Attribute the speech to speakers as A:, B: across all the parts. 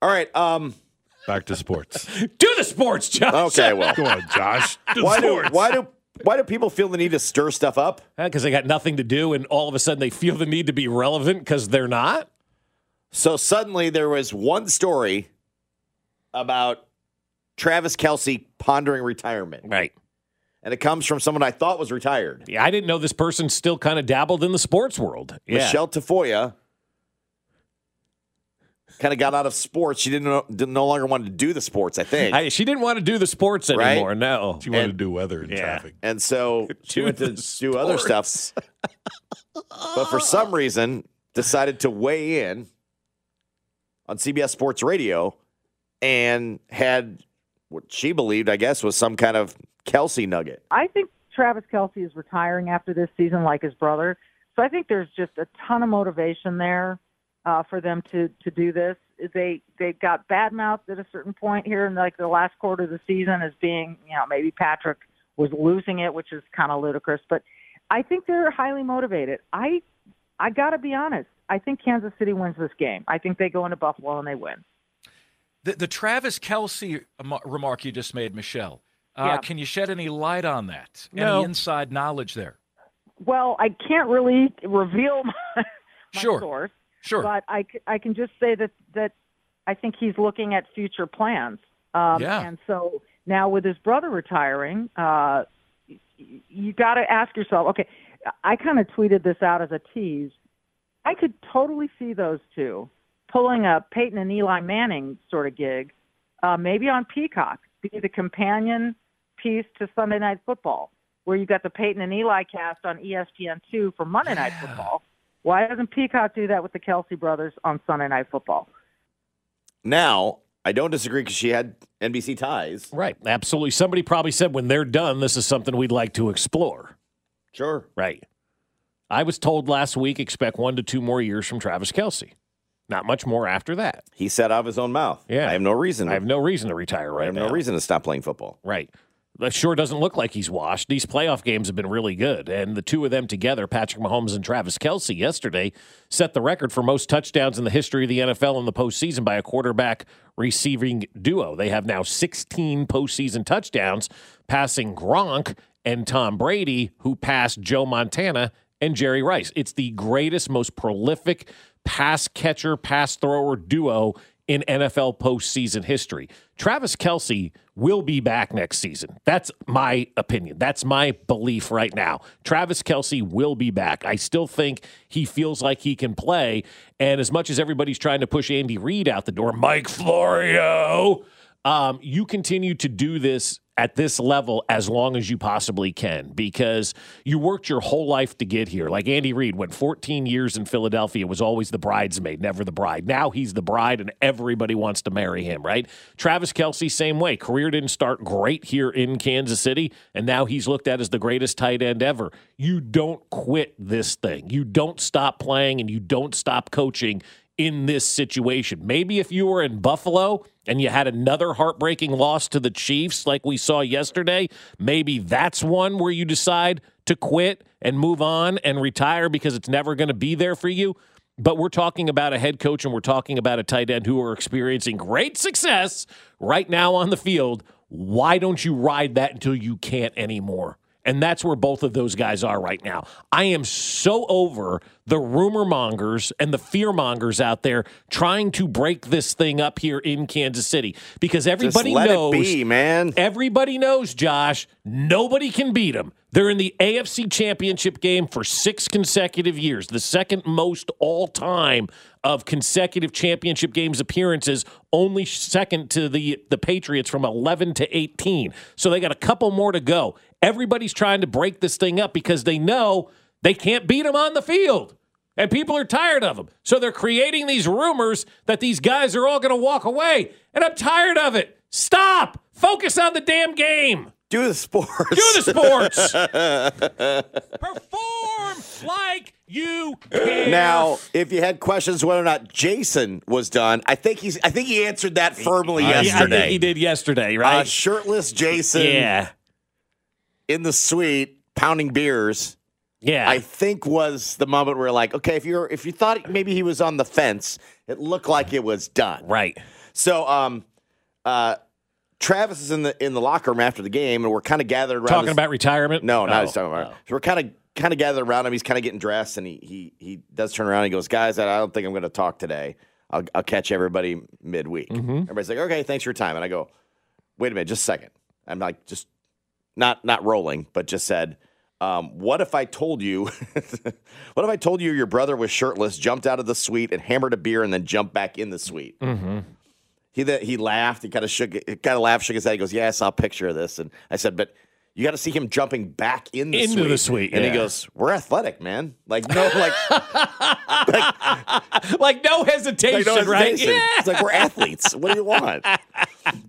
A: All right. Um,
B: Back to sports.
C: Do the sports, Josh.
A: okay. Well,
B: Come on, Josh. Do
A: why do
B: sports.
A: why do why do people feel the need to stir stuff up?
C: Because they got nothing to do, and all of a sudden they feel the need to be relevant because they're not.
A: So suddenly there was one story about Travis Kelsey pondering retirement,
C: Right.
A: and it comes from someone I thought was retired,
C: Yeah, I didn't know this person still kind of dabbled in the sports world. Yeah.
A: Michelle Tafoya. Kind of got out of sports. She didn't, know, didn't no longer wanted to do the sports. I think.
C: I, she didn't want to do the sports
A: Right?
C: anymore. No.
B: She wanted
A: And-
B: to do weather and
C: Yeah.
B: traffic.
A: And so she
C: Do
A: went to
C: the
A: do other stuff. but for some reason, decided to weigh in on CBS Sports Radio and had what she believed, I guess, was some kind of Kelsey nugget.
D: I think Travis Kelsey is retiring after this season, like his brother. So I think there's just a ton of motivation there uh, for them to to do this. They they got badmouthed at a certain point here in like the last quarter of the season as being, you know, maybe Patrick was losing it, which is kind of ludicrous. But I think they're highly motivated. I I got to be honest. I think Kansas City wins this game. I think they go into Buffalo and they win.
E: The, the Travis Kelsey amo- remark you just made, Michelle. Uh,
D: Yeah.
E: Can you shed any light on that?
C: No.
E: Any inside knowledge there?
D: Well, I can't really reveal my, my
E: Sure.
D: source.
E: Sure.
D: But I, c- I can just say that, that I think he's looking at future plans. Um,
E: Yeah.
D: And so now with his brother retiring, uh, y- y- you got to ask yourself, okay, I kind of tweeted this out as a tease. I could totally see those two pulling a Peyton and Eli Manning sort of gig, uh, maybe on Peacock, be the companion piece to Sunday Night Football, where you got the Peyton and Eli cast on E ESPN2 for Monday Night Football. Why doesn't Peacock do that with the Kelsey brothers on Sunday Night Football?
A: Now, I don't disagree because she had NBC ties.
C: Right. Absolutely. Somebody probably said when they're done, this is something we'd like to explore.
A: Sure.
C: Right. I was told last week expect one to two more years from Travis Kelsey. Not much more after that.
A: He said out of his own mouth.
C: Yeah.
A: I have no reason.
C: I have no reason to retire right
A: I have
C: now.
A: no reason to stop playing football.
C: Right. That sure doesn't look like he's washed. These playoff games have been really good. And the two of them together, Patrick Mahomes and Travis Kelsey, yesterday set the record for most touchdowns in the history of the NFL in the postseason by a quarterback receiving duo. They have now 16 postseason touchdowns, passing Gronk and Tom Brady, who passed Joe Montana and Jerry Rice. It's the greatest, most prolific pass catcher, pass thrower duo in NFL postseason history. Travis Kelsey will be back next season. That's my opinion. That's my belief right now. Travis Kelsey will be back. I still think he feels like he can play. And as much as everybody's trying to push Andy Reid out the door, Mike Florio, um, you continue to do this at this level as long as you possibly can because you worked your whole life to get here. Like Andy Reid went 14 years in Philadelphia, was always the bridesmaid, never the bride. Now he's the bride and everybody wants to marry him, right? Travis Kelsey, same way. Career didn't start great here in Kansas City, and now he's looked at as the greatest tight end ever. You don't quit this thing. You don't stop playing and you don't stop coaching in this situation. Maybe if you were in Buffalo and you had another heartbreaking loss to the Chiefs like we saw yesterday, maybe that's one where you decide to quit and move on and retire because it's never going to be there for you. But we're talking about a head coach and we're talking about a tight end who are experiencing great success right now on the field. Why don't you ride that until you can't anymore? And that's where both of those guys are right now. I am so over the rumor mongers and the fear mongers out there trying to break this thing up here in Kansas City because everybody
A: Just let
C: knows
A: it be, man.
C: Everybody knows, Josh, nobody can beat them. They're in the AFC Championship game for six consecutive years, the second most all time of consecutive championship games appearances, only second to the, the Patriots from 11 to 18. So they got a couple more to go. Everybody's trying to break this thing up because they know they can't beat them on the field. and people are tired of them. So they're creating these rumors that these guys are all going to walk away, and I'm tired of it. Stop. Focus on the damn game.
A: Do the sports.
C: Do the sports. Perform like you care.
A: Now, if you had questions whether or not Jason was done, I think he's. I think he answered that firmly
C: Yeah, I
A: yesterday.
C: think he did yesterday,
A: Uh,
C: right?
A: shirtless Jason
C: yeah.
A: in the suite pounding beers.
C: Yeah.
A: I think was the moment where like, okay, if you're if you thought maybe he was on the fence, it looked like it was done.
C: right.
A: So, um, uh, Travis is in the in the locker room after the game, and we're kind of gathered around.
C: Talking
A: this-
C: about retirement?
A: no, not
C: Oh,
A: he's talking about.
C: oh.
A: So we're kind of kind of gathered around him. He's kind of getting dressed, and he he he does turn around. and He goes, guys, I don't think I'm going to talk today. I'll, I'll catch everybody midweek.
C: Mm-hmm.
A: Everybody's like, okay, thanks for your time. And I go, wait a minute, just a second. I'm like, just not not rolling, but just said, um, what if I told you, what if I told you your brother was shirtless, jumped out of the suite and hammered a beer, and then jumped back in the suite?
C: Mm-hmm.
A: He that he laughed. He kind of shook, kind of laughed, shook his head. He goes, "Yeah, I saw a picture of this." And I said, "But you got to see him jumping back in the
C: Into
A: suite.
C: the suite,
A: And he
C: yeah.
A: goes, "We're athletic, man. Like no, like,
C: Like no hesitation,
A: like, no
C: right?
A: hesitation. It's like we're athletes. What do you want?"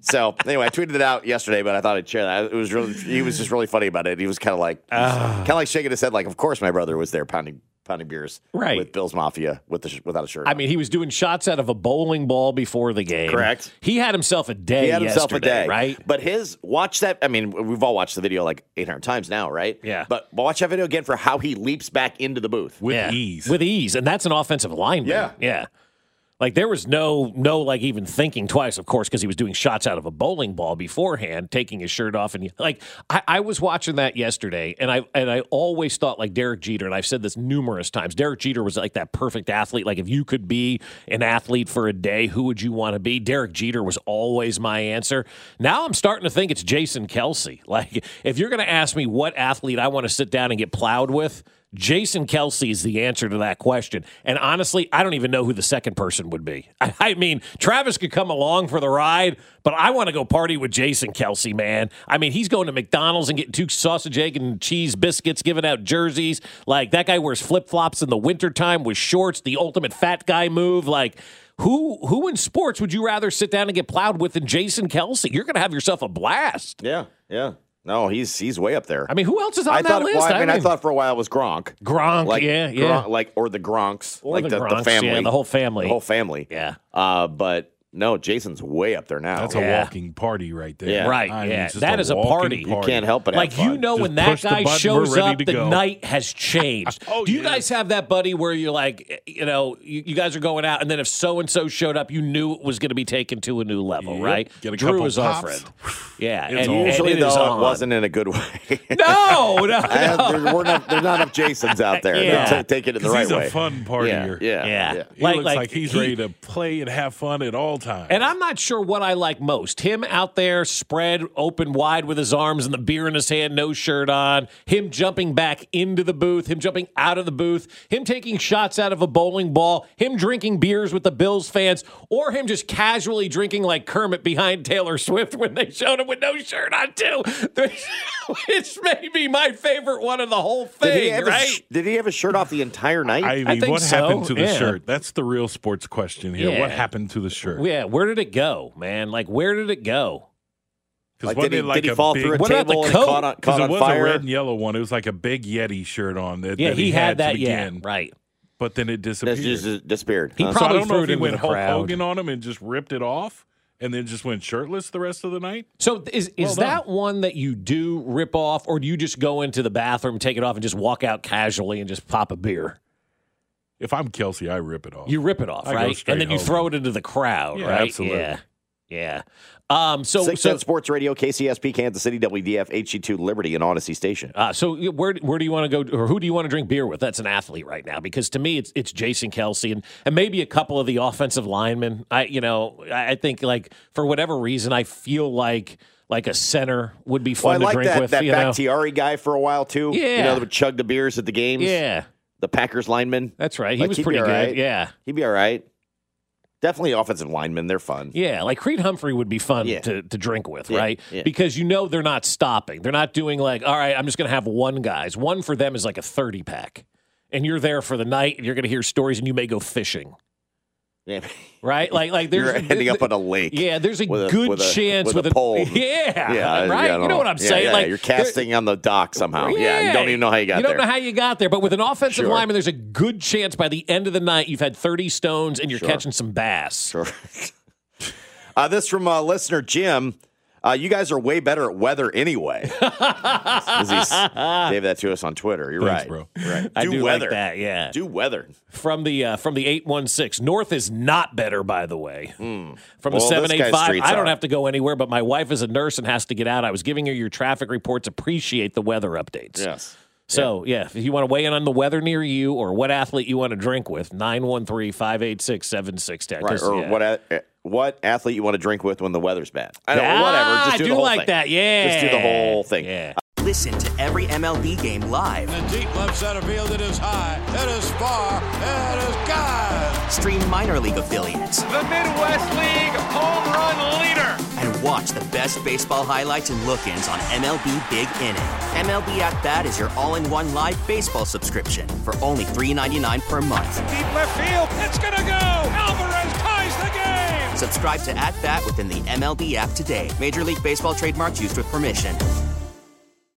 A: so anyway, I tweeted it out yesterday, but I thought I'd share that. It was really, he was just really funny about it. He was kind of like,
C: Ah.
A: kind of like shaking his head, like, "Of course, my brother was there pounding." Pounding beers
C: Right.
A: with Bill's Mafia with the sh- without a shirt.
C: I
A: on.
C: mean, he was doing shots out of a bowling ball before the game.
A: Correct.
C: He had himself a day.
A: He had himself a
C: yesterday,
A: day,
C: right?
A: But his watch that. I mean, we've all watched the video like 800 times now, right?
C: Yeah.
A: But watch that video again for how he leaps back into the booth.
B: with
C: Yeah.
B: ease.
C: With ease, and that's an offensive lineman.
A: Yeah.
C: yeah. Like there was no no like even thinking twice, of course, because he was doing shots out of a bowling ball beforehand, taking his shirt off, and he- like I, I was watching that yesterday, and I and I always thought like Derek Jeter, and I've said this numerous times. Derek Jeter was like that perfect athlete. Like if you could be an athlete for a day, who would you want to be? Derek Jeter was always my answer. Now I'm starting to think it's Jason Kelsey. Like if you're going to ask me what athlete I want to sit down and get plowed with. Jason Kelsey is the answer to that question. And honestly, I don't even know who the second person would be. I, I mean, Travis could come along for the ride, but I want to go party with Jason Kelsey, man. I mean, he's going to McDonald's and getting two sausage, egg, and cheese biscuits, giving out jerseys. Like, that guy wears flip flops in the wintertime with shorts, the ultimate fat guy move. Like, who who in sports would you rather sit down and get plowed with than Jason Kelsey? You're going to have yourself a blast.
A: Yeah, yeah. No, he's he's way up there.
C: I mean, who else is on
A: I
C: that
A: thought.
C: list?
A: well, I, mean, I
C: mean,
A: thought for a while it was Gronk.
C: Gronk,
A: Like,
C: yeah, yeah.
A: Gronk- like or the Gronks,
C: Or
A: like
C: the
A: the,
C: Gronks,
A: family,
C: yeah, the whole family.
A: the whole family.
C: Yeah.
A: Uh, but no, Jason's way up there now.
B: That's
C: Yeah.
B: a walking party right there.
A: Yeah.
C: Right,
B: I mean,
C: yeah.
B: it's just
C: That is a
B: walking
C: party. You
A: you can't help but
C: like
A: have fun.
C: you know
B: Just
C: when that
B: push the
C: guy
B: button,
C: shows
B: we're ready
C: up
B: to
C: the
B: go.
C: night has changed
B: Oh,
C: do you
B: yeah.
C: guys have that buddy where you're like eh, you know you, you guys are going out and then if so and so showed up you knew it was going to be taken to a new level
B: Yep.
C: right
B: Get a
C: drew
B: couple
C: is our
B: pops.
C: friend yeah
B: It's
C: and,
B: on.
A: Usually
C: and it
A: though,
C: is on.
A: it wasn't in a good way.
C: no no, no.
A: I have- there, we're not, there's not enough Jasons out there.
C: Yeah.
A: They'll ta- take it in the
B: 'Cause
A: right
B: he's
A: way.
B: a fun partier.
A: yeah,
C: Yeah.
A: yeah.
B: He looks like, he's
C: he-
B: ready to play and have fun at all times.
C: And I'm not sure what I like most. Him out there spread open wide with his arms and the beer in his hand, no shirt on. Him jumping back into the booth, him jumping out of the booth, him taking shots out of a bowling ball, him drinking beers with the Bills fans, or him just casually drinking like Kermit behind Taylor Swift when they showed him with no shirt on, too. Which may be my favorite one of the whole
A: Did
C: thing,
A: he, have
C: right?
A: his, sh- did he have his shirt off the entire night?
B: I mean,
C: think
B: what
C: so,
B: happened to the
C: yeah.
B: shirt? That's the real sports question here. What
C: Yeah.
B: happened to the shirt?
C: yeah, where did it go, man? Like, where did it go?
B: Because
A: Like,
B: wasn't
A: did he,
B: it like
A: did he
B: a
A: fall
B: big,
A: through a
C: What about the
A: table and
C: coat?
A: caught on,
B: Because
A: caught
B: it
A: on
B: was
A: fire?
B: a red and yellow one. It was like a big Yeti shirt on that,
C: Yeah,
B: that
C: he, had, that.
B: to
C: Yeah,
B: begin.
C: right.
B: But then it
A: It
B: disappeared.
A: just, just disappeared. Uh,
C: He
A: huh?
B: so I
C: probably
B: don't
C: threw
B: know
C: it
B: if he
C: into
B: went
C: the
B: Hulk
C: crowd.
B: Hogan on him and just ripped it off and then just went shirtless the rest of the night.
C: So th- is is
B: Well
C: that one that you do rip off, or do you just go into the bathroom, take it off, and just walk out casually and just pop a beer?
B: If I'm Kelsey, I rip it off.
C: You rip it off,
B: I go
C: right?
B: straight
C: And then you
B: home.
C: throw it into the crowd,
B: Yeah,
C: right?
B: absolutely.
C: Yeah, yeah. Um, so
A: Six
C: so
A: Sense Sports Radio, KCSP, Kansas City, WDF, HC2, Liberty, and Odyssey Station.
C: Uh, so where where do you want to go, or who do you want to drink beer with? That's an athlete right now, because to me it's it's Jason Kelsey and and maybe a couple of the offensive linemen. I you know I, I think like for whatever reason I feel like like a center would be
A: Well, I
C: fun to
A: like
C: drink
A: that,
C: with.
A: that
C: you know?
A: Bakhtiari guy for a while, too. You
C: Yeah.
A: know, that would chug the beers at the games.
C: yeah,
A: The Packers lineman.
C: that's right. He
A: Like,
C: was
A: he'd be
C: pretty
A: all
C: good.
A: right.
C: Yeah.
A: He'd be all right. Definitely offensive linemen. They're fun.
C: Yeah, like Creed Humphrey would be fun
A: Yeah.
C: to, to drink with,
A: Yeah,
C: right?
A: yeah.
C: Because you know they're not stopping. They're not doing like, all right, I'm just going to have one guy's. One for them is like a 30 pack. and you're there for the night and you're going to hear stories and you may go fishing,
A: Yeah.
C: right? Like like there's
A: You're ending up on a lake.
C: yeah, there's a
A: with a-
C: good
A: with a-
C: chance
A: with a pole.
C: Yeah,
A: I- I
C: right.
A: don't
C: You know what I'm
A: Yeah,
C: saying?
A: yeah,
C: like
A: you're
C: there-
A: casting on the dock somehow. Yeah, you don't even know how you got
C: You don't
A: there.
C: know how you got there, but with an offensive
A: Sure.
C: lineman, there's a good chance by the end of the night you've had 30 stones and you're
A: Sure.
C: catching some bass.
A: Sure. uh, this from uh, listener Jim. Uh, you guys are way better at weather anyway. 'Cause he's- gave that to us on Twitter. You're right,
B: Thanks, bro.
A: Right. Do,
C: I do
A: weather.
C: like that. Yeah,
A: Do weather.
C: from the uh, from the 816 North is not better, by the way. From the
A: Hmm. Well, this guy's
C: 785,
A: streets
C: I don't
A: are.
C: have to go anywhere, but my wife is a nurse and has to get out. I was giving her your traffic reports. Appreciate the weather updates.
A: Yes.
C: So, yeah, if you want to weigh in on the weather near you or what athlete you want to drink with, 913 586
A: Right.
C: 7610.
A: Or what? a- eh, What athlete you want to drink with when the weather's bad? I don't. know. whatever. Just do,
C: Ah, I
A: the
C: do
A: whole
C: like
A: thing.
C: that. Yeah.
A: Just do the whole thing.
C: Yeah.
F: Listen to every MLB game live.
G: In the deep left center field, it is high, it is far, it is God.
F: Stream minor league affiliates
H: The Midwest League home run leader.
F: and watch the best baseball highlights and look ins on MLB Big Inning. MLB At Bat is your all in one live baseball subscription for only $3.99 per month.
H: Deep left field. It's gonna go. Alvarez ties the game.
F: Subscribe to At Bat within the MLB app today. Major League Baseball trademarks used with permission.